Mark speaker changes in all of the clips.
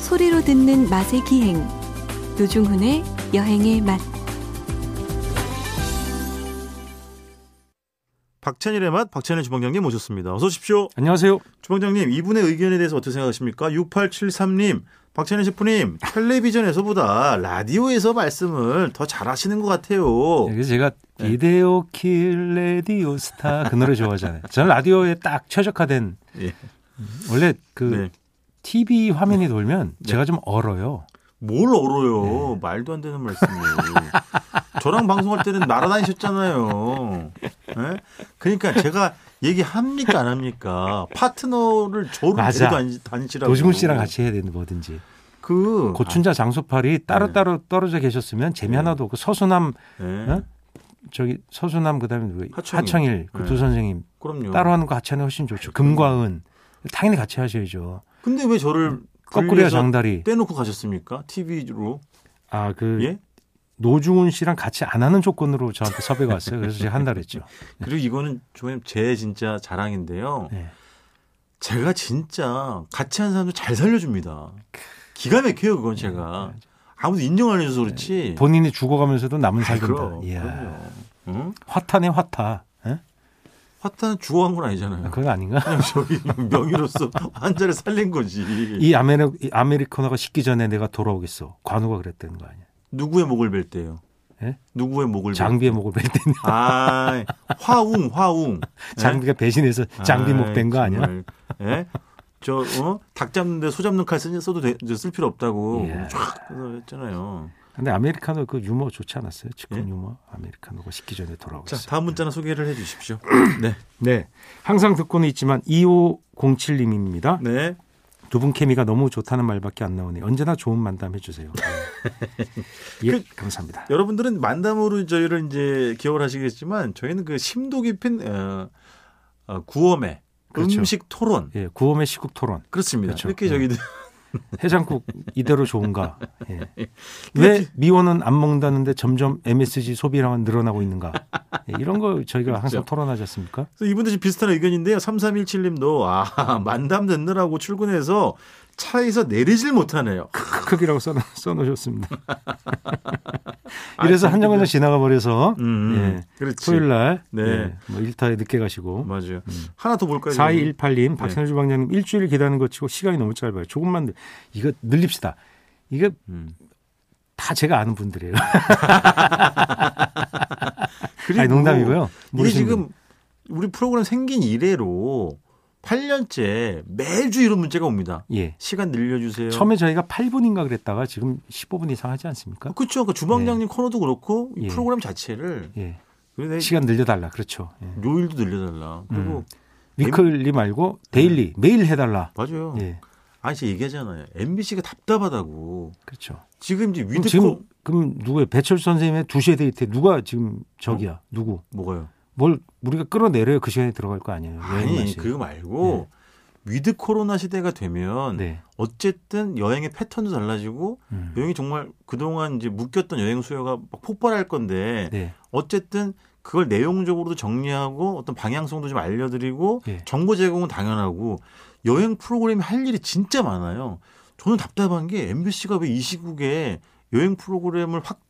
Speaker 1: 소리로 듣는 맛의 기행 노중훈의 여행의 맛
Speaker 2: 박찬일의 맛 박찬일 주방장님 모셨습니다. 어서 오십시오.
Speaker 3: 안녕하세요.
Speaker 2: 주방장님 이분의 의견에 대해서 어떻게 생각하십니까? 6873님 박찬일 셰프님 텔레비전에서보다 라디오에서 말씀을 더 잘하시는 것 같아요.
Speaker 3: 그래서 예, 제가
Speaker 2: 네.
Speaker 3: 비데오 킬 레디오 스타 그 노래 좋아하잖아요. 저는 라디오에 딱 최적화된
Speaker 2: 예.
Speaker 3: 원래 그
Speaker 2: 네.
Speaker 3: TV 화면이 돌면 제가 좀 얼어요.
Speaker 2: 뭘
Speaker 3: 네.
Speaker 2: 얼어요? 말도 안 되는 말씀이에요. 저랑 방송할 때는 날아다니셨잖아요. 예? 그러니까 제가 얘기합니까 안 합니까? 파트너를 저를
Speaker 3: 맞아.
Speaker 2: 데리고 다니- 다니시라고.
Speaker 3: 노지문 씨랑 같이 해야 되는 뭐든지.
Speaker 2: 그
Speaker 3: 고춘자 장소팔이 따로따로 떨어져 계셨으면 재미
Speaker 2: 네.
Speaker 3: 하나도 없고 서수남
Speaker 2: 아, 예.
Speaker 3: 어? 저기 서수남 그다음에 누구
Speaker 2: 하청일.
Speaker 3: 하청일 그 두
Speaker 2: 네.
Speaker 3: 선생님
Speaker 2: 그럼요.
Speaker 3: 따로 하는 거 같이 하는 게 훨씬 좋죠. 금과은 당연히 같이 하셔야죠.
Speaker 2: 근데 왜 저를
Speaker 3: 음. 거꾸리야
Speaker 2: 분리해서
Speaker 3: 장다리.
Speaker 2: 떼놓고 가셨습니까? TV로.
Speaker 3: 아 그
Speaker 2: 예?
Speaker 3: 노중훈 씨랑 같이 안 하는 조건으로 저한테 섭외가 왔어요. 그래서 제가 한 달 했죠.
Speaker 2: 그리고 이거는 조님 제 진짜 자랑인데요.
Speaker 3: 네.
Speaker 2: 제가 진짜 같이 한 사람도 잘 살려줍니다. 기가 막혀요 그건
Speaker 3: 네,
Speaker 2: 제가. 아무도 인정 안 해줘서 그렇지.
Speaker 3: 본인이 죽어가면서도 남은
Speaker 2: 아이,
Speaker 3: 살긴다. 예.
Speaker 2: 그럼,
Speaker 3: 이야.
Speaker 2: 그럼요. 응?
Speaker 3: 화타네 화타. 예?
Speaker 2: 화타는 죽어간 건 아니잖아요.
Speaker 3: 그건 아닌가?
Speaker 2: 그냥 저희 명의로서 환자를 살린 거지.
Speaker 3: 이 아메리 이 아메리카노가 식기 전에 내가 돌아오겠어. 관우가 그랬다는 거 아니야?
Speaker 2: 누구의 목을 벨 때요?
Speaker 3: 예?
Speaker 2: 누구의 목을
Speaker 3: 장비의 목을 뺄 때는
Speaker 2: 벨? 아, 화웅, 화웅.
Speaker 3: 장비가 배신해서 장비 목 된 거
Speaker 2: 네? 아이,
Speaker 3: 아니야?
Speaker 2: 정말. 예? 저, 어? 닭 잡는데 소 잡는 칼 쓰- 써도 돼- 이제 쓸 필요 없다고
Speaker 3: 예.
Speaker 2: 쫙 그래서 했잖아요.
Speaker 3: 근데 아메리카노 그 유머 좋지 않았어요? 치킨
Speaker 2: 예?
Speaker 3: 유머 아메리카노가 식기 전에 돌아오겠어.
Speaker 2: 자, 다음 문자나 소개를 해 주십시오. 네.
Speaker 3: 네. 항상 듣고는 있지만 2507님입니다.
Speaker 2: 네.
Speaker 3: 두 분 케미가 너무 좋다는 말밖에 안 나오네요. 언제나 좋은 만담 해주세요. 예,
Speaker 2: 그
Speaker 3: 감사합니다.
Speaker 2: 여러분들은 만담으로 저희를 이제 기억을 하시겠지만 저희는 그 심도 깊은 어, 어, 구엄의
Speaker 3: 그렇죠.
Speaker 2: 음식 토론
Speaker 3: 예, 구홈의 시국 토론.
Speaker 2: 그렇습니다.
Speaker 3: 그렇죠.
Speaker 2: 이렇게
Speaker 3: 네.
Speaker 2: 저희들
Speaker 3: 해장국 이대로 좋은가? 예. 왜 미원은 안 먹는다는데 점점 MSG 소비량은 늘어나고 있는가? 예, 이런 거 저희가
Speaker 2: 그렇죠.
Speaker 3: 항상 토론하지 않습니까?
Speaker 2: 그래서 이분도 지금 비슷한 의견인데요. 3317님도 아 만담 듣느라고 출근해서 차에서 내리질 못하네요.
Speaker 3: 크기라고 써, 써놓으셨습니다. 이래서 한정근 장 지나가 버려서
Speaker 2: 아, 음,
Speaker 3: 예,
Speaker 2: 그렇지.
Speaker 3: 토요일 날
Speaker 2: 네. 뭐
Speaker 3: 예, 뭐 일타에 늦게 가시고
Speaker 2: 맞아요.
Speaker 3: 음.
Speaker 2: 하나 더 볼까요? 네.
Speaker 3: 4218님, 박찬호 주방장님 일주일 기다리는 거 치고 시간이 너무 짧아요. 조금만 늘, 이거 늘립시다. 이게
Speaker 2: 음.
Speaker 3: 다 제가 아는 분들이에요.
Speaker 2: 그리고
Speaker 3: 아니, 농담이고요.
Speaker 2: 이게
Speaker 3: 모르시는
Speaker 2: 지금 우리 프로그램 생긴 이래로 8년째 매주 이런 문제가 옵니다.
Speaker 3: 분. 예.
Speaker 2: 시간 늘려주세요.
Speaker 3: 처음에 저희가 8분인가 그랬다가 지금 15분 이상 하지 않습니까?
Speaker 2: 그렇죠. 그 주방장님 코너도 그렇고 이
Speaker 3: 네. 예.
Speaker 2: 프로그램 자체를
Speaker 3: 예.
Speaker 2: 그래서
Speaker 3: 시간 음. 늘려달라. 그렇죠. 예.
Speaker 2: 요일도 늘려달라. 그리고
Speaker 3: 위클리 말고
Speaker 2: 네.
Speaker 3: 데일리 매일 해달라.
Speaker 2: 맞아요.
Speaker 3: 예.
Speaker 2: 아니 제가 얘기하잖아요. MBC가 답답하다고
Speaker 3: 그렇죠.
Speaker 2: 지금 이제
Speaker 3: 그럼
Speaker 2: 위드코
Speaker 3: 지금 그럼 누구예요? 배철 선생님의 2시에 데이트 누가 지금 저기야?
Speaker 2: 어?
Speaker 3: 누구?
Speaker 2: 뭐가요?
Speaker 3: 뭘 우리가 끌어내려야 그 시간에 들어갈 거 아니에요. 여행
Speaker 2: 아니
Speaker 3: 맛이.
Speaker 2: 그거 말고 위드 코로나 시대가 되면
Speaker 3: 네.
Speaker 2: 어쨌든 여행의 패턴도 달라지고
Speaker 3: 음.
Speaker 2: 여행이 정말 그동안 이제 묶였던 여행 수요가 막 폭발할 건데
Speaker 3: 네.
Speaker 2: 어쨌든 그걸 내용적으로도 정리하고 어떤 방향성도 좀 알려드리고
Speaker 3: 예.
Speaker 2: 정보 제공은 당연하고 여행 프로그램이 할 일이 진짜 많아요. 저는 답답한 게 MBC가 왜 이 시국에 여행 프로그램을 확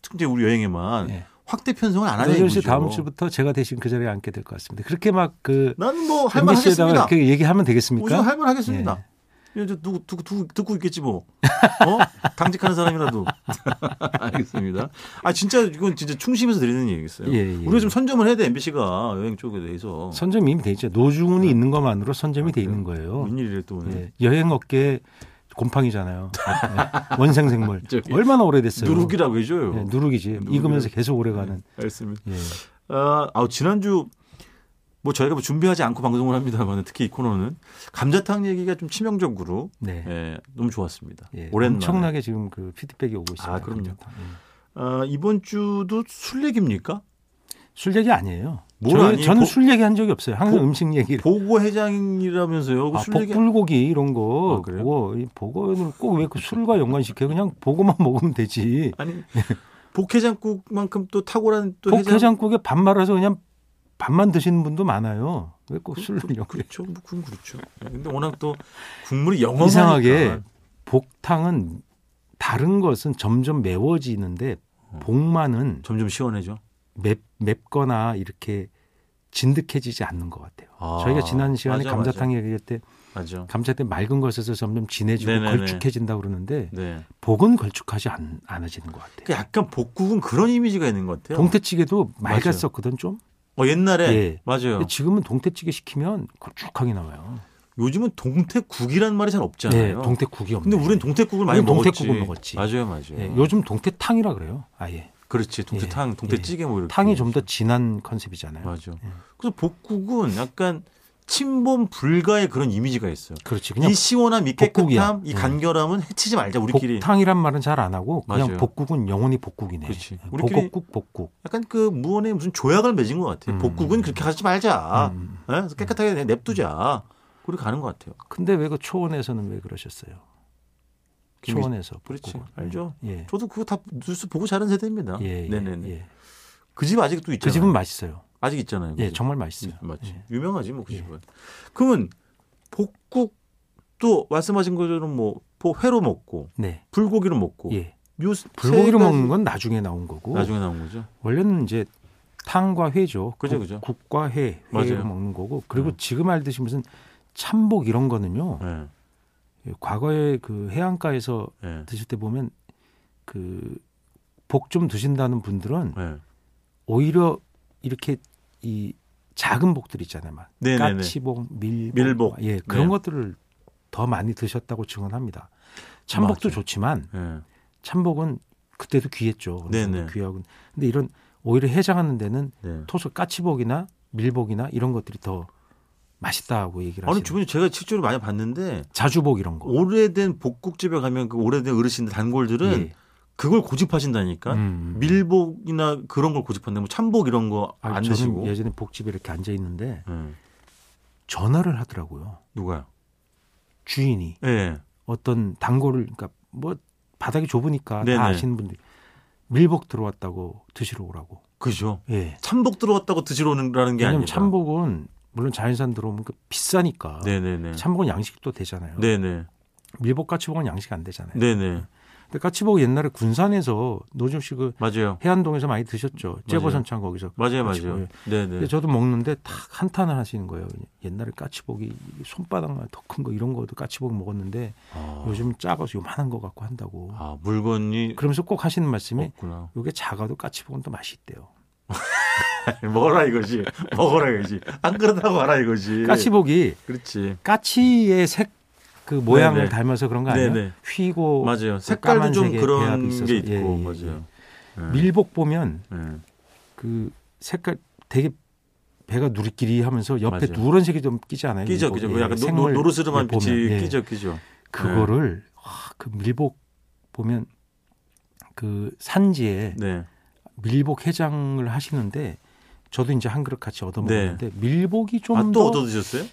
Speaker 2: 특히 우리 여행에만
Speaker 3: 예.
Speaker 2: 확대 편성을 안 하냐
Speaker 3: 노현 씨
Speaker 2: 이거죠.
Speaker 3: 다음 주부터 제가 대신 그 자리에 앉게 될 것 같습니다. 그렇게 막그
Speaker 2: 나는 뭐 할만
Speaker 3: MBC에다가
Speaker 2: 하겠습니다.
Speaker 3: 이렇게 얘기하면
Speaker 2: 우선
Speaker 3: 되겠습니까?
Speaker 2: 할만 하겠습니다. 예. 저 누구 듣고, 듣고, 듣고 있겠지 뭐. 어? 당직하는 사람이라도. 알겠습니다. 아 진짜 이건 진짜 충심해서 드리는 얘기겠어요.
Speaker 3: 예, 예.
Speaker 2: 우리가 좀 선점을 해야 돼 MBC가 여행 쪽에 대해서.
Speaker 3: 선점이 이미 돼 있죠.
Speaker 2: 네.
Speaker 3: 노중훈이 있는 것만으로 선점이
Speaker 2: 아,
Speaker 3: 돼 있는 거예요.
Speaker 2: 웬일이래 또 오늘.
Speaker 3: 예. 여행 업계 곰팡이잖아요. 예. 원생생물.
Speaker 2: 저기
Speaker 3: 얼마나 오래됐어요?
Speaker 2: 누룩이라고 해줘요.
Speaker 3: 예, 누룩이지.
Speaker 2: 누룩이라고. 네.
Speaker 3: 익으면서 계속 오래가는.
Speaker 2: 알겠습니다.
Speaker 3: 예.
Speaker 2: 아, 아우, 지난주 뭐 저희가 뭐 준비하지 않고 방송을 합니다만 특히 이 코너는 감자탕 얘기가 좀 치명적으로
Speaker 3: 네.
Speaker 2: 예, 너무 좋았습니다.
Speaker 3: 예,
Speaker 2: 오랜만에.
Speaker 3: 엄청나게 지금 그 피드백이 오고 있습니다.
Speaker 2: 아, 그럼요.
Speaker 3: 감자탕. 예.
Speaker 2: 아, 이번 주도 술 얘기입니까?
Speaker 3: 술 얘기 아니에요.
Speaker 2: 뭘
Speaker 3: 저는,
Speaker 2: 아니에요?
Speaker 3: 저는
Speaker 2: 복-
Speaker 3: 술 얘기한 적이 없어요. 항상
Speaker 2: 복-
Speaker 3: 음식 얘기를.
Speaker 2: 보고 회장이라면서요.
Speaker 3: 아,
Speaker 2: 술 얘기
Speaker 3: 복불고기 이런
Speaker 2: 아,
Speaker 3: 거
Speaker 2: 그래요?
Speaker 3: 그거 이 보고는 꼭 왜 그 술과 연관시켜 그냥 보고만 먹으면 되지.
Speaker 2: 아니 복해장국만큼 또 탁월한 또 해장-
Speaker 3: 복해장국에 밥 말아서 그냥 밥만 드시는 분도 많아요.
Speaker 2: 그-
Speaker 3: 왜 꼭 술을 연관?
Speaker 2: 예, 그렇죠. 뭐 그건 그렇죠. 근데 워낙 또 국물이 영어
Speaker 3: 이상하게 복탕은 다른 것은 점점 매워지는데 복만은
Speaker 2: 점점 시원해져.
Speaker 3: 맵, 맵거나 이렇게 진득해지지 않는 것 같아요.
Speaker 2: 아,
Speaker 3: 저희가 지난 시간에
Speaker 2: 맞아,
Speaker 3: 감자탕 얘기할 때
Speaker 2: 맞아.
Speaker 3: 감자 때 맑은 것에서 점점 진해지고
Speaker 2: 네네네.
Speaker 3: 걸쭉해진다 그러는데
Speaker 2: 네.
Speaker 3: 복은 걸쭉하지 않, 않아지는 것 같아요.
Speaker 2: 그 약간 복국은 그런 이미지가 있는 것 같아요.
Speaker 3: 동태찌개도
Speaker 2: 맞아요.
Speaker 3: 맑았었거든 좀.
Speaker 2: 어, 옛날에
Speaker 3: 예.
Speaker 2: 맞아요.
Speaker 3: 근데 지금은 동태찌개 시키면 걸쭉하게 나와요.
Speaker 2: 요즘은 동태국이라는 말이 잘
Speaker 3: 네,
Speaker 2: 없잖아요.
Speaker 3: 동태국이 없네.
Speaker 2: 근데 우린 동태국을 많이
Speaker 3: 우린
Speaker 2: 먹었지.
Speaker 3: 동태국을 먹었지.
Speaker 2: 맞아요, 맞아요.
Speaker 3: 예, 요즘 동태탕이라 그래요. 아예
Speaker 2: 그렇지. 동태탕,
Speaker 3: 예.
Speaker 2: 동태찌개 뭐 이렇게.
Speaker 3: 탕이 좀 더 진한 컨셉이잖아요.
Speaker 2: 맞아. 그래서 복국은 약간 침범 불가의 그런 이미지가 있어요.
Speaker 3: 그렇지 그냥
Speaker 2: 이 시원함, 이
Speaker 3: 복국이야.
Speaker 2: 깨끗함, 이
Speaker 3: 예.
Speaker 2: 간결함은 해치지 말자 우리끼리.
Speaker 3: 복탕이란 말은 잘 안 하고 그냥
Speaker 2: 맞아요.
Speaker 3: 복국은 영원히 복국이네.
Speaker 2: 그렇지.
Speaker 3: 예,
Speaker 2: 우리끼리-
Speaker 3: 복국 복국.
Speaker 2: 약간 그 무언의 무슨 조약을 맺은 것 같아요.
Speaker 3: 음.
Speaker 2: 복국은 그렇게 하지 말자.
Speaker 3: 음.
Speaker 2: 예? 그래서 깨끗하게 그냥 냅두자. 그렇게 가는 것 같아요.
Speaker 3: 근데 왜 그 초원에서는 왜 그러셨어요?
Speaker 2: 김이-
Speaker 3: 초원에서
Speaker 2: 그렇지.
Speaker 3: 복국은.
Speaker 2: 알죠.
Speaker 3: 예.
Speaker 2: 저도 그거 다 뉴스 보고 자란 세대입니다.
Speaker 3: 예, 예,
Speaker 2: 네네네.
Speaker 3: 예.
Speaker 2: 그 집 아직도
Speaker 3: 그
Speaker 2: 있잖아요.
Speaker 3: 집은 맛있어요.
Speaker 2: 아직 있잖아요. 그
Speaker 3: 예,
Speaker 2: 집.
Speaker 3: 정말 맛있어요.
Speaker 2: 맞지.
Speaker 3: 예.
Speaker 2: 유명하지 뭐 그
Speaker 3: 예.
Speaker 2: 집은. 그러면 복국도 말씀하신 것처럼 뭐 보- 회로 먹고
Speaker 3: 네.
Speaker 2: 불고기로 먹고
Speaker 3: 예.
Speaker 2: 요 뭐. 세- 세
Speaker 3: 불고기로
Speaker 2: 가지
Speaker 3: 먹는 건 나중에 나온 거고
Speaker 2: 나중에 나온 거죠.
Speaker 3: 원래는 이제 탕과 회죠.
Speaker 2: 그죠,
Speaker 3: 국-
Speaker 2: 그죠.
Speaker 3: 국과 회,
Speaker 2: 맞아요.
Speaker 3: 회를 먹는 거고 그리고
Speaker 2: 네.
Speaker 3: 지금 알듯이 무슨 참복 이런 거는요.
Speaker 2: 예.
Speaker 3: 과거에 그 해안가에서
Speaker 2: 예.
Speaker 3: 드실 때 보면 그 복 좀 드신다는 분들은
Speaker 2: 예.
Speaker 3: 오히려 이렇게 이 작은 복들 있잖아요. 막
Speaker 2: 네네네.
Speaker 3: 까치복, 밀복,
Speaker 2: 밀복.
Speaker 3: 예 그런
Speaker 2: 네.
Speaker 3: 것들을 더 많이 드셨다고 증언합니다. 참복도
Speaker 2: 맞아요.
Speaker 3: 좋지만
Speaker 2: 예.
Speaker 3: 참복은 그때도 귀했죠. 어느 정도
Speaker 2: 네네.
Speaker 3: 귀하고 근데 이런 오히려 해장하는 데는
Speaker 2: 네.
Speaker 3: 토소 까치복이나 밀복이나 이런 것들이 더 맛있다고 얘기를
Speaker 2: 아니
Speaker 3: 하시는
Speaker 2: 주변에 제가 실제로 많이 봤는데
Speaker 3: 자주복 이런 거.
Speaker 2: 오래된 복국집에 가면 그 오래된 어르신들 단골들은
Speaker 3: 예.
Speaker 2: 그걸 고집하신다니까.
Speaker 3: 음.
Speaker 2: 밀복이나 그런 걸 고집한다. 뭐 참복 이런 거
Speaker 3: 아,
Speaker 2: 안
Speaker 3: 저는
Speaker 2: 드시고.
Speaker 3: 예전에 복집에 이렇게 앉아 있는데
Speaker 2: 예.
Speaker 3: 전화를 하더라고요.
Speaker 2: 누가요?
Speaker 3: 주인이
Speaker 2: 예.
Speaker 3: 어떤 단골을 그러니까 뭐 바닥이 좁으니까
Speaker 2: 네네.
Speaker 3: 다 아시는 분들 밀복 들어왔다고 드시러 오라고.
Speaker 2: 그죠.
Speaker 3: 예.
Speaker 2: 참복 들어왔다고 드시러 오는라는 게
Speaker 3: 왜냐면
Speaker 2: 아니라.
Speaker 3: 참복은 물론 자연산 들어오면 그 비싸니까
Speaker 2: 네네네.
Speaker 3: 참복은 양식도 되잖아요.
Speaker 2: 네네.
Speaker 3: 밀복 까치복은 양식 안 되잖아요.
Speaker 2: 네네.
Speaker 3: 근데 까치복 옛날에 군산에서 노조 씨그
Speaker 2: 맞아요.
Speaker 3: 해안동에서 많이 드셨죠. 제보선창 거기서.
Speaker 2: 맞아요.
Speaker 3: 까치복을.
Speaker 2: 맞아요. 네네.
Speaker 3: 근데 저도 먹는데 다 한탄을 하시는 거예요. 옛날에 까치복이 손바닥만 더 큰 거 이런 거도 까치복 먹었는데
Speaker 2: 아,
Speaker 3: 어. 요즘 작아서 요만한 거 갖고 한다고.
Speaker 2: 아, 어. 물건이
Speaker 3: 그러면서 꼭 하시는 말씀이
Speaker 2: 없구나.
Speaker 3: 요게 작아도 까치복은 또 맛이 있대요.
Speaker 2: 먹어라 이거지. 먹어라 이거지. 안 그러다고 알아 이거지.
Speaker 3: 까치복이
Speaker 2: 그렇지.
Speaker 3: 까치의 색 그 모양을
Speaker 2: 네네.
Speaker 3: 닮아서 그런 거 아니에요?
Speaker 2: 네네.
Speaker 3: 휘고 그
Speaker 2: 맞아요. 색깔도 좀
Speaker 3: 뭐 까만색에 배합이
Speaker 2: 그런
Speaker 3: 있어서.
Speaker 2: 게 있고
Speaker 3: 예, 예,
Speaker 2: 맞아요. 예.
Speaker 3: 밀복 보면
Speaker 2: 예.
Speaker 3: 그 색깔 되게 배가 누리끼리 하면서 옆에
Speaker 2: 맞아요.
Speaker 3: 노란색이 좀 끼지 않아요?
Speaker 2: 끼죠,
Speaker 3: 밀복.
Speaker 2: 끼죠.
Speaker 3: 예,
Speaker 2: 약간 노,
Speaker 3: 생물
Speaker 2: 노, 노르스름한
Speaker 3: 보면.
Speaker 2: 빛이
Speaker 3: 예.
Speaker 2: 끼죠, 네. 끼죠.
Speaker 3: 그거를 아, 그 밀복 보면 그 산지에
Speaker 2: 네.
Speaker 3: 밀복 해장을 하시는데 저도 이제 한 그릇 같이 얻어 먹었는데 밀복이 좀
Speaker 2: 아,
Speaker 3: 더
Speaker 2: 또 얻어 드셨어요?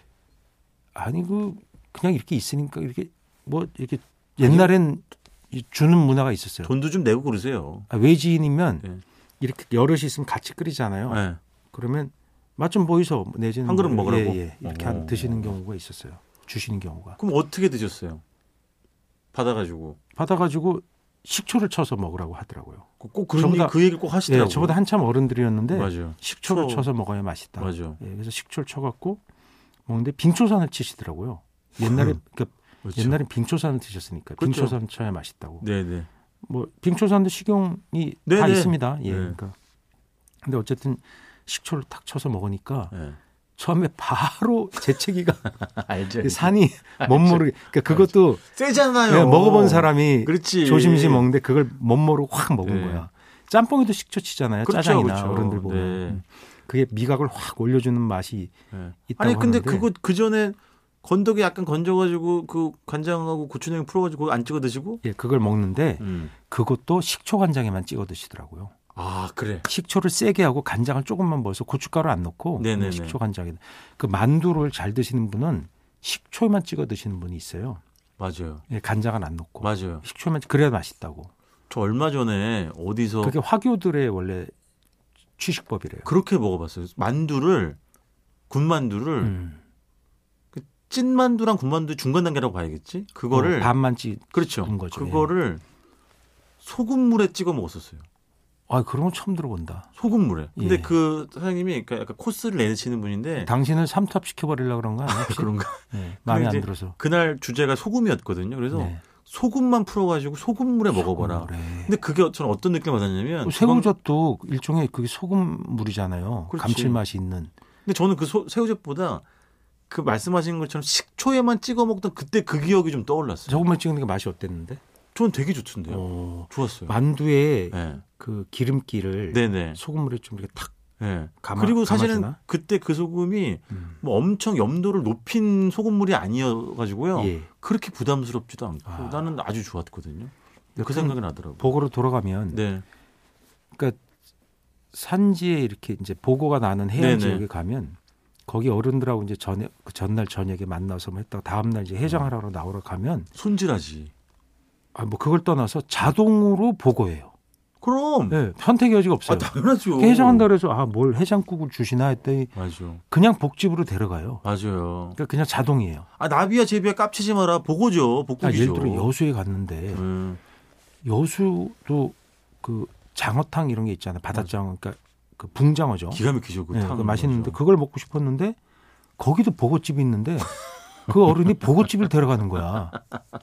Speaker 3: 아니 그 그냥 이렇게 있으니까 이렇게 뭐 이렇게 옛날엔 이 주는 문화가 있었어요.
Speaker 2: 돈도 좀 내고 그러세요.
Speaker 3: 아, 외지인이면
Speaker 2: 네.
Speaker 3: 이렇게 여럿이 있으면 같이 끓이잖아요.
Speaker 2: 네.
Speaker 3: 그러면 맛 좀 보이소 내지는
Speaker 2: 한 그릇
Speaker 3: 뭐,
Speaker 2: 먹으라고?
Speaker 3: 예, 예. 이렇게
Speaker 2: 어.
Speaker 3: 한 드시는 경우가 있었어요. 주시는 경우가
Speaker 2: 그럼 어떻게 드셨어요? 받아가지고
Speaker 3: 받아가지고 식초를 쳐서 먹으라고 하더라고요.
Speaker 2: 꼭 그런
Speaker 3: 저보다-
Speaker 2: 얘기- 그 얘기를 꼭
Speaker 3: 예,
Speaker 2: 하시더라고요.
Speaker 3: 저보다 한참 어른들이었는데
Speaker 2: 맞아요.
Speaker 3: 식초를
Speaker 2: 초-
Speaker 3: 쳐서 먹어야 맛있다.
Speaker 2: 맞아요.
Speaker 3: 예, 그래서 식초를 쳐갖고 먹는데 빙초산을 치시더라고요. 옛날에 그
Speaker 2: 그렇죠.
Speaker 3: 옛날에 빙초산을 드셨으니까
Speaker 2: 그렇죠.
Speaker 3: 빙초산 쳐야 맛있다고.
Speaker 2: 네네.
Speaker 3: 뭐 빙초산도 식용이 다
Speaker 2: 네네.
Speaker 3: 있습니다. 예,
Speaker 2: 네.
Speaker 3: 그러니까 근데 어쨌든 식초를 탁 쳐서 먹으니까
Speaker 2: 네.
Speaker 3: 처음에 바로 재채기가
Speaker 2: 알죠.
Speaker 3: 산이 못 모르게 그러니까
Speaker 2: 네.
Speaker 3: 그것도
Speaker 2: 아, 그렇죠. 세잖아요.
Speaker 3: 예, 먹어본 사람이
Speaker 2: 그렇지.
Speaker 3: 조심히 먹는데 그걸 못 모르고 확 먹은
Speaker 2: 네.
Speaker 3: 거야. 짬뽕에도 식초 치잖아요.
Speaker 2: 그렇죠,
Speaker 3: 짜장이나
Speaker 2: 그렇죠.
Speaker 3: 어른들 보면
Speaker 2: 네.
Speaker 3: 음. 그게 미각을 확 올려주는 맛이
Speaker 2: 네.
Speaker 3: 있다고
Speaker 2: 아니 근데
Speaker 3: 하는데
Speaker 2: 그거 그 전에 건더기 약간 건져가지고 그 간장하고 고추냉이 풀어가지고 안 찍어 드시고.
Speaker 3: 예, 그걸 먹는데
Speaker 2: 음.
Speaker 3: 그것도 식초 간장에만 찍어 드시더라고요.
Speaker 2: 아 그래.
Speaker 3: 식초를 세게 하고 간장을 조금만 넣어서 고춧가루 안 넣고
Speaker 2: 네네네.
Speaker 3: 식초 간장에 그 만두를 잘 드시는 분은 식초에만 찍어 드시는 분이 있어요.
Speaker 2: 맞아요.
Speaker 3: 예, 간장은 안 넣고
Speaker 2: 맞아요.
Speaker 3: 식초만 그래야 맛있다고.
Speaker 2: 저 얼마 전에 어디서
Speaker 3: 그게 화교들의 원래 취식법이래요.
Speaker 2: 그렇게 먹어봤어요. 만두를 군만두를
Speaker 3: 음.
Speaker 2: 찐만두랑 군만두 중간 단계라고 봐야겠지. 그거를
Speaker 3: 어, 반만 찌.
Speaker 2: 그렇죠.
Speaker 3: 은 거죠.
Speaker 2: 그거를 소금물에 찍어 먹었었어요.
Speaker 3: 아 그런 건 처음 들어본다.
Speaker 2: 소금물에. 근데
Speaker 3: 예.
Speaker 2: 그 사장님이 그 약간 코스를 내시는 분인데
Speaker 3: 당신을 삼탑 시켜버리려 그런 거 아니야?
Speaker 2: 그런가.
Speaker 3: 예, 마음에 안
Speaker 2: 이제
Speaker 3: 들어서.
Speaker 2: 그날 주제가 소금이었거든요. 그래서
Speaker 3: 네. 음,
Speaker 2: 소금만 풀어가지고 소금물에 먹어봐라.
Speaker 3: 그래.
Speaker 2: 근데 그게 저는 어떤 느낌을 받았냐면 주방-
Speaker 3: 새우젓도 뭐 일종의 그게 소금물이잖아요.
Speaker 2: 그렇지.
Speaker 3: 감칠맛이 있는.
Speaker 2: 근데 저는 그 소- 새우젓보다 그 말씀하신 것처럼 식초에만 찍어 먹던 그때 그 기억이 좀 떠올랐어요.
Speaker 3: 저것만 찍는 게 맛이 어땠는데?
Speaker 2: 저는 되게 좋던데요.
Speaker 3: 어,
Speaker 2: 좋았어요.
Speaker 3: 만두에
Speaker 2: 네.
Speaker 3: 그 기름기를
Speaker 2: 네네.
Speaker 3: 소금물에 좀 이렇게 탁.
Speaker 2: 예.
Speaker 3: 감아-
Speaker 2: 그리고 사실은
Speaker 3: 감아주나?
Speaker 2: 그때 그 소금이
Speaker 3: 음.
Speaker 2: 뭐 엄청 염도를 높인 소금물이 아니어가지고요.
Speaker 3: 예.
Speaker 2: 그렇게 부담스럽지도 않고
Speaker 3: 아.
Speaker 2: 나는 아주 좋았거든요. 그
Speaker 3: 그
Speaker 2: 생각이 나더라고요.
Speaker 3: 보고로 돌아가면
Speaker 2: 네.
Speaker 3: 그러니까 산지에 이렇게 이제 보고가 나는 해안
Speaker 2: 네네.
Speaker 3: 지역에 가면 거기 어른들하고 이제 전에 그 전날 저녁에 만나서 뭐 했다가 다음 날 이제 해장하러 나오러 가면
Speaker 2: 손질하지.
Speaker 3: 아 뭐 그걸 떠나서 자동으로 보고해요.
Speaker 2: 그럼.
Speaker 3: 예, 선택 여지가
Speaker 2: 아,
Speaker 3: 없어요.
Speaker 2: 당연하죠.
Speaker 3: 이렇게 해장한다 그래서 아 뭘 해장국을 주시나 했더니
Speaker 2: 맞아.
Speaker 3: 그냥 복집으로 데려가요.
Speaker 2: 맞아요.
Speaker 3: 그러니까 그냥 자동이에요.
Speaker 2: 아, 나비야, 제비야 깝치지 마라. 보고죠.
Speaker 3: 아,
Speaker 2: 복국이죠.
Speaker 3: 예를 들어 여수에 갔는데
Speaker 2: 음.
Speaker 3: 여수도 그 장어탕 이런 게 있잖아요. 바닷장어, 그러니까 그 붕장어죠.
Speaker 2: 기가 막히죠. 그
Speaker 3: 예,
Speaker 2: 탕.
Speaker 3: 그 맛있는데 그걸 먹고 싶었는데 거기도 보고집이 있는데 그 어른이 보고집을 데려가는 거야.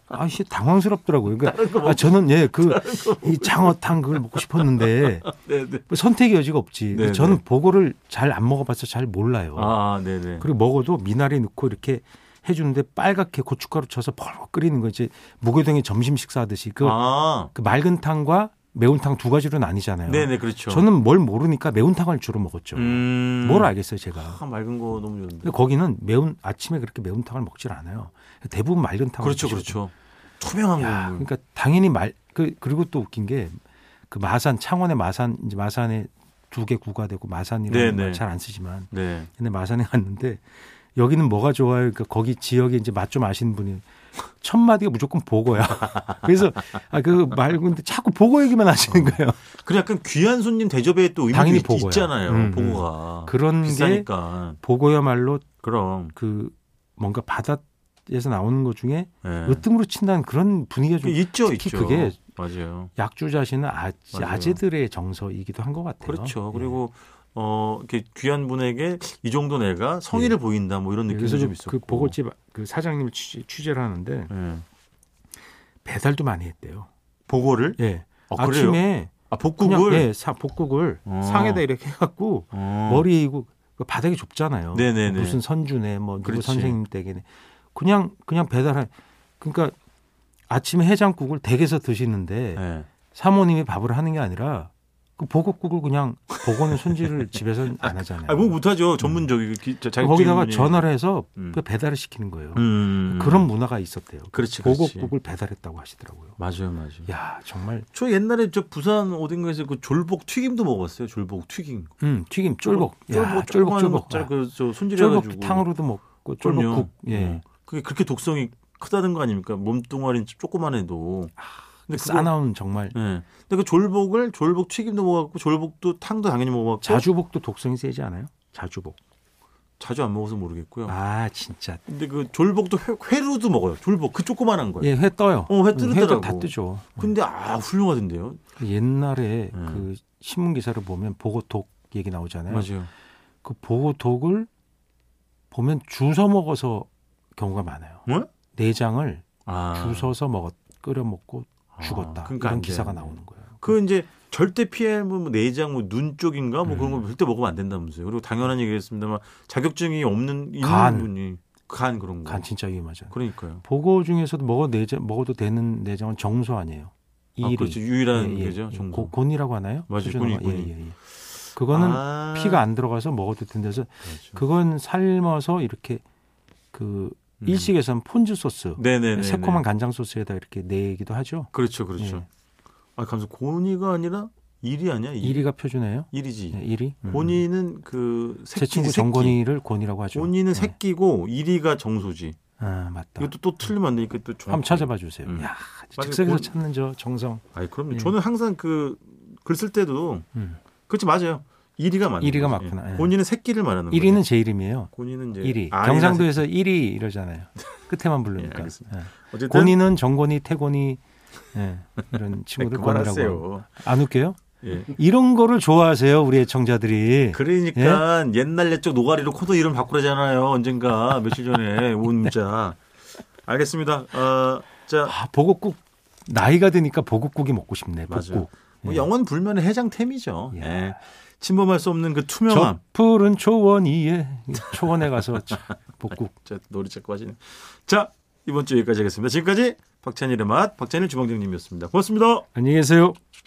Speaker 3: 아씨 당황스럽더라고요. 그러니까 아, 저는 예그이 장어탕 그걸 먹고 싶었는데
Speaker 2: 네네.
Speaker 3: 뭐 선택의 여지가 없지.
Speaker 2: 네,
Speaker 3: 저는
Speaker 2: 네.
Speaker 3: 보고를 잘 안 먹어봐서 잘 몰라요.
Speaker 2: 아, 네네.
Speaker 3: 그리고 먹어도 미나리 넣고 이렇게 해주는데 빨갛게 고춧가루 쳐서 벌벅 끓이는 거지 무교동의 점심 식사하듯이 그,
Speaker 2: 아,
Speaker 3: 그 맑은 탕과 매운탕 두 가지로 나뉘잖아요.
Speaker 2: 네네, 그렇죠.
Speaker 3: 저는 뭘 모르니까 매운탕을 주로 먹었죠.
Speaker 2: 음.
Speaker 3: 뭘 알겠어요 제가.
Speaker 2: 아, 맑은 거 너무 좋은데.
Speaker 3: 근데 거기는 매운 아침에 그렇게 매운탕을 먹질 않아요. 대부분 맑은 탕을
Speaker 2: 그렇죠, 음.
Speaker 3: 드시거든요.
Speaker 2: 그렇죠. 투명한
Speaker 3: 야,
Speaker 2: 거.
Speaker 3: 그러니까 당연히 말그 그리고 또 웃긴 게 그 마산 창원의 마산 이제 마산에 두 개 구가되고
Speaker 2: 네,
Speaker 3: 마산이라는
Speaker 2: 네.
Speaker 3: 말 잘 안 쓰지만
Speaker 2: 네.
Speaker 3: 근데 마산에 갔는데 여기는 뭐가 좋아요? 그러니까 거기 지역에 이제 맛 좀 아시는 분이 첫 마디가 무조건 보고야. 그래서 아그 말고 근데 자꾸 보고 얘기만 하시는 거예요.
Speaker 2: 그래 약간 귀한 손님 대접에 또 의미가
Speaker 3: 당연히
Speaker 2: 있,
Speaker 3: 보고야.
Speaker 2: 있잖아요.
Speaker 3: 음, 음.
Speaker 2: 보고가.
Speaker 3: 그런 게
Speaker 2: 어, 비싸니까.
Speaker 3: 보고야말로
Speaker 2: 그럼.
Speaker 3: 그 뭔가 바닷에서 나오는 것 중에
Speaker 2: 예.
Speaker 3: 으뜸으로 친다는 그런 분위기가 좀
Speaker 2: 있죠,
Speaker 3: 특히
Speaker 2: 있죠.
Speaker 3: 그게
Speaker 2: 맞아요.
Speaker 3: 약주자신은 아,
Speaker 2: 맞아요.
Speaker 3: 재들의 정서이기도 한 것 같아요. 예.
Speaker 2: 그렇죠. 그리고 어 이렇게 귀한 분에게 이 정도 내가 성의를 보인다 뭐 이런
Speaker 3: 예.
Speaker 2: 느낌도
Speaker 3: 그래서
Speaker 2: 좀
Speaker 3: 좀
Speaker 2: 있었고.
Speaker 3: 그 보고집 그 사장님을 취재, 를 하는데
Speaker 2: 예.
Speaker 3: 배달도 많이 했대요.
Speaker 2: 보고를.
Speaker 3: 예.
Speaker 2: 아, 그래요?
Speaker 3: 아침에
Speaker 2: 아
Speaker 3: 그냥
Speaker 2: 복국을.
Speaker 3: 예, 사, 복국을
Speaker 2: 어.
Speaker 3: 상에다 이렇게 해갖고
Speaker 2: 어.
Speaker 3: 머리이고 그 바닥이 좁잖아요.
Speaker 2: 네네네.
Speaker 3: 무슨 선주네 뭐 누구
Speaker 2: 그렇지.
Speaker 3: 선생님 댁에네 그냥 그냥 배달한 그러니까 아침에 해장국을 댁에서 드시는데
Speaker 2: 예.
Speaker 3: 사모님이 밥을 하는 게 아니라 그 보급국을 그냥 보고는 손질을 집에서 안 하잖아요.
Speaker 2: 아뭐 못하죠. 전문적이 그 기- 자- 자격증
Speaker 3: 거기다가
Speaker 2: 분이.
Speaker 3: 전화를 해서
Speaker 2: 음.
Speaker 3: 그 배달을 시키는 거예요.
Speaker 2: 음.
Speaker 3: 그런 문화가 있었대요.
Speaker 2: 그렇지, 그렇지.
Speaker 3: 보급국을 예. 배달했다고 하시더라고요.
Speaker 2: 맞아요, 맞아요.
Speaker 3: 야 정말
Speaker 2: 저 옛날에 저 부산 어딘가에서 그 졸복 튀김도 먹었어요. 졸복 튀김.
Speaker 3: 음, 튀김 쫄복, 야,
Speaker 2: 쫄복 뭐
Speaker 3: 쫄복, 쫄복, 아,
Speaker 2: 그저 손질해가지고
Speaker 3: 쫄복 탕으로도 먹고
Speaker 2: 그럼요.
Speaker 3: 쫄복국, 예,
Speaker 2: 어. 그게 그렇게 독성이 크다는 거 아닙니까? 몸뚱아리 조그만 해도. 근데 그거-
Speaker 3: 아, 싸나운 정말
Speaker 2: 예. 근데 그 졸복을 졸복 튀김도 먹었고 졸복도 탕도 당연히 먹었고
Speaker 3: 자주복도 독성이 세지 않아요? 자주복.
Speaker 2: 자주 안 먹어서 모르겠고요.
Speaker 3: 아 진짜.
Speaker 2: 근데 그 졸복도 회, 루도 먹어요. 졸복 그 조그만한 거예요.
Speaker 3: 예, 회 떠요.
Speaker 2: 어, 회
Speaker 3: 음,
Speaker 2: 뜨더라고.
Speaker 3: 회도 다 뜨죠.
Speaker 2: 근데 아 훌륭하던데요.
Speaker 3: 그 옛날에
Speaker 2: 음.
Speaker 3: 그 신문 기사를 보면 보고독 얘기 나오잖아요.
Speaker 2: 맞아요.
Speaker 3: 그 보고독을 보면 주워 먹어서 경우가 많아요.
Speaker 2: 뭐?
Speaker 3: 내장을
Speaker 2: 아.
Speaker 3: 주워서 먹었 끓여 먹고
Speaker 2: 아,
Speaker 3: 죽었다.
Speaker 2: 그러니까 안
Speaker 3: 이런
Speaker 2: 돼요.
Speaker 3: 기사가 나오는 거예요.
Speaker 2: 그 이제 절대 피해 뭐 내장 뭐 눈 쪽인가 뭐 그런
Speaker 3: 음.
Speaker 2: 거 절대 먹으면 안 된다면서요. 그리고 당연한 얘기겠습니다만 자격증이 없는 있는
Speaker 3: 간.
Speaker 2: 분이 간 그런 거.
Speaker 3: 간 진짜 위험하잖아요.
Speaker 2: 그러니까요.
Speaker 3: 보고 중에서도 먹어 내장 먹어도 되는 내장은 정소 아니에요.
Speaker 2: 아,
Speaker 3: 이리.
Speaker 2: 그렇죠. 유일한
Speaker 3: 예, 예,
Speaker 2: 거죠.
Speaker 3: 예.
Speaker 2: 정보.
Speaker 3: 고- 곤이라고 하나요?
Speaker 2: 맞아요. 곤이,
Speaker 3: 표준어가?
Speaker 2: 곤이.
Speaker 3: 예, 예, 예. 그거는
Speaker 2: 아,
Speaker 3: 피가 안 들어가서 먹어도 된다서
Speaker 2: 그렇죠.
Speaker 3: 그건 삶아서 이렇게 그
Speaker 2: 음.
Speaker 3: 일식에서는 폰즈 소스
Speaker 2: 네네네.
Speaker 3: 새콤한 간장 소스에다 이렇게 내기도 하죠.
Speaker 2: 그렇죠, 그렇죠.
Speaker 3: 예.
Speaker 2: 아, 감사. 고니가 아니라 일이 아니야? 일.
Speaker 3: 이리가 예. 표준해요.
Speaker 2: 일이지.
Speaker 3: 네, 이리. 음.
Speaker 2: 고니는 그 새끼.
Speaker 3: 제 친구 정건이를 곤이라고 하죠.
Speaker 2: 고니는
Speaker 3: 네.
Speaker 2: 새끼고 이리가 정소지.
Speaker 3: 아 맞다.
Speaker 2: 이것도 또 틀리면 안 되니까 또 정.
Speaker 3: 한번 찾아봐 주세요.
Speaker 2: 음.
Speaker 3: 야
Speaker 2: 맞아요.
Speaker 3: 즉석에서
Speaker 2: 곤-
Speaker 3: 찾는 저 정성.
Speaker 2: 아니 그럼요.
Speaker 3: 예.
Speaker 2: 저는 항상 그 글 쓸 때도
Speaker 3: 음.
Speaker 2: 그렇지 맞아요. 1위가 맞는 거죠.
Speaker 3: 1위가 맞구나.
Speaker 2: 예.
Speaker 3: 예.
Speaker 2: 본인은 새끼를 말하는 거예요.
Speaker 3: 1위는 제 이름이에요.
Speaker 2: 본인은 이제
Speaker 3: 1위.
Speaker 2: 예. 아리나
Speaker 3: 경상도에서 1위 이러잖아요. 끝에만 부르니까.
Speaker 2: 알겠습니다.
Speaker 3: 예.
Speaker 2: 새끼. 어쨌든 네,
Speaker 3: 권위는 정권이 태권이 예, 이런 친구들 권위라고. 하고. 네.
Speaker 2: 그만하세요.
Speaker 3: 안 웃겨요?
Speaker 2: 예.
Speaker 3: 이런 거를 좋아하세요 우리 애청자들이.
Speaker 2: 그러니까 옛날 옛적 노가리로 코드 이름 바꾸라잖아요. 언젠가 며칠 전에 온 문자. 알겠습니다. 어, 자,
Speaker 3: 아, 보곡국 나이가 드니까 보곡국이 먹고 싶네.
Speaker 2: 맞아요.
Speaker 3: 보곡국.
Speaker 2: 뭐
Speaker 3: 예.
Speaker 2: 영원 불면의 해장템이죠.
Speaker 3: 예.
Speaker 2: 예. 침범할 수 없는 그 투명함.
Speaker 3: 저 푸른 초원이에 초원에 가서 자, 복국.
Speaker 2: 저 놀이 자꾸 하시네. 자, 이번 주 여기까지 하겠습니다. 지금까지 박찬일의 맛, 박찬일 주방장님이었습니다. 고맙습니다.
Speaker 3: 안녕히 계세요.